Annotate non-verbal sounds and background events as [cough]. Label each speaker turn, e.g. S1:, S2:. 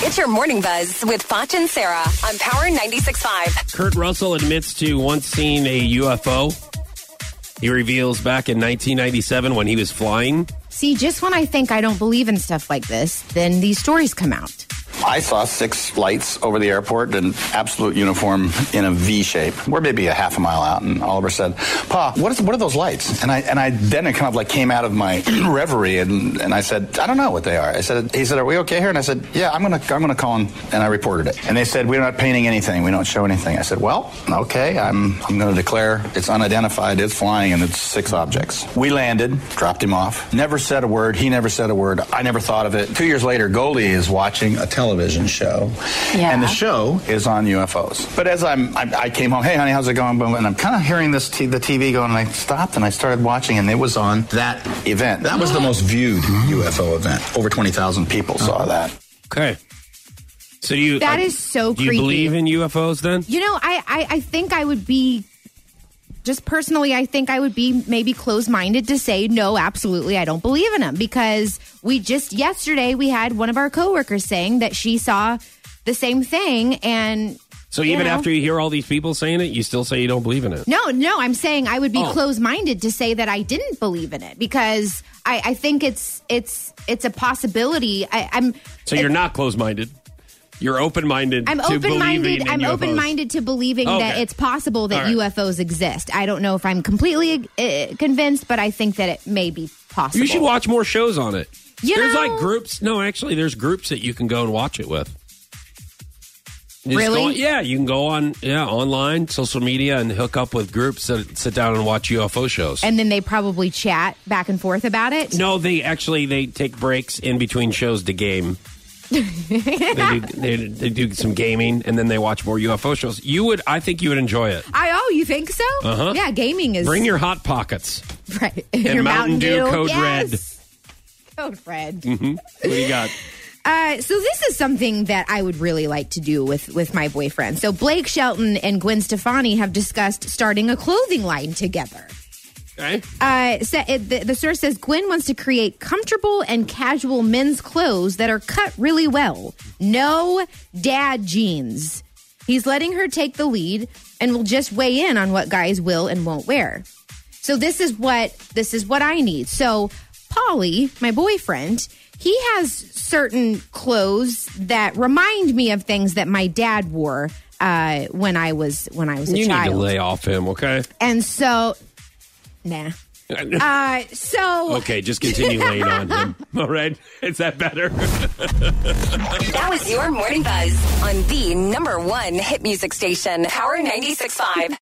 S1: It's your morning buzz with Foch and Sarah on Power 96.5.
S2: Kurt Russell admits to once seeing a UFO. He reveals back in 1997 when he was flying.
S3: See, just when I think I don't believe in stuff like this, then these stories come out.
S4: I saw six lights over the airport in absolute uniform in a V shape. We're maybe a half a mile out, and Oliver said, "Pa, what is what are those lights?" And I and I then it kind of like came out of my [clears throat] reverie, and, and I said, "I don't know what they are." I said, "He said, are we okay here?" And I said, "Yeah, I'm gonna I'm gonna call him," and I reported it. And they said, "We're not painting anything. We don't show anything." I said, "Well, okay, I'm I'm gonna declare it's unidentified, it's flying, and it's six objects." We landed, dropped him off, never said a word. He never said a word. I never thought of it. Two years later, Goldie is watching a television show,
S5: Yeah.
S4: and the show is on UFOs. But as I'm, I, I came home, hey honey, how's it going? Boom, and I'm kind of hearing this t- the TV going, and I stopped and I started watching, and it was on that event. That was the most viewed UFO event. Over twenty thousand people saw that.
S2: Okay. So do you
S3: That
S2: uh,
S3: is so
S2: do you
S3: creepy.
S2: believe in UFOs then?
S3: You know, I, I, I think I would be, just personally, I think I would be maybe close minded to say, no, absolutely, I don't believe in them. Because we just, yesterday, we had one of our coworkers saying that she saw the same thing. And
S2: So
S3: you
S2: even
S3: know.
S2: after you hear all these people saying it, you still say you don't believe in it.
S3: no, no, I'm saying I would be
S2: Oh.
S3: close minded to say that I didn't believe in it because I, I think it's, it's, it's a possibility. I, I'm,
S2: So you're not closed-minded. You're open-minded.
S3: I'm
S2: to
S3: open
S2: believing
S3: minded.
S2: in
S3: I'm
S2: UFOs.
S3: open minded to believing
S2: Okay.
S3: that it's possible that
S2: All right.
S3: UFOs exist. I don't know if I'm completely uh, convinced, but I think that it may be possible.
S2: You should watch more shows on it.
S3: You
S2: there's
S3: know-
S2: like groups. No, actually, there's groups that you can go and watch it with. You just
S3: Really?
S2: go- yeah, you can go on yeah online social media and hook up with groups that sit down and watch UFO shows.
S3: And then they probably chat back and forth about it.
S2: no, they actually they take breaks in between shows to
S3: [laughs]
S2: game. they, do, they, they do some gaming and then they watch more UFO shows. You would, I think, you would enjoy it.
S3: I oh, you think so?
S2: Uh-huh.
S3: Yeah, gaming is
S2: Bring your hot pockets.
S3: [laughs] right.
S2: and
S3: your
S2: Mountain Dew Code
S3: yes.
S2: Red.
S3: Code red.
S2: What do you
S3: [laughs]
S2: got?
S3: Uh, so this is something that I would really like to do with with my boyfriend. So Blake Shelton and Gwen Stefani have discussed starting a clothing line together.
S2: Okay.
S3: Uh, sa it, the, the source says Gwen wants to create comfortable and casual men's clothes that are cut really well. No dad jeans. He's letting her take the lead and will just weigh in on what guys will and won't wear. So this is what this is what I need. So Polly, my boyfriend, he has certain clothes that remind me of things that my dad wore uh, when I was when I was a
S2: You need
S3: child.
S2: to lay off him, okay?
S3: And so,
S2: [laughs]
S3: nah. Uh, so
S2: Okay, just continue laying
S3: [laughs]
S2: on him. [laughs] All right? Is that better?
S1: That was your morning buzz on the number one hit music station, Power 96.5.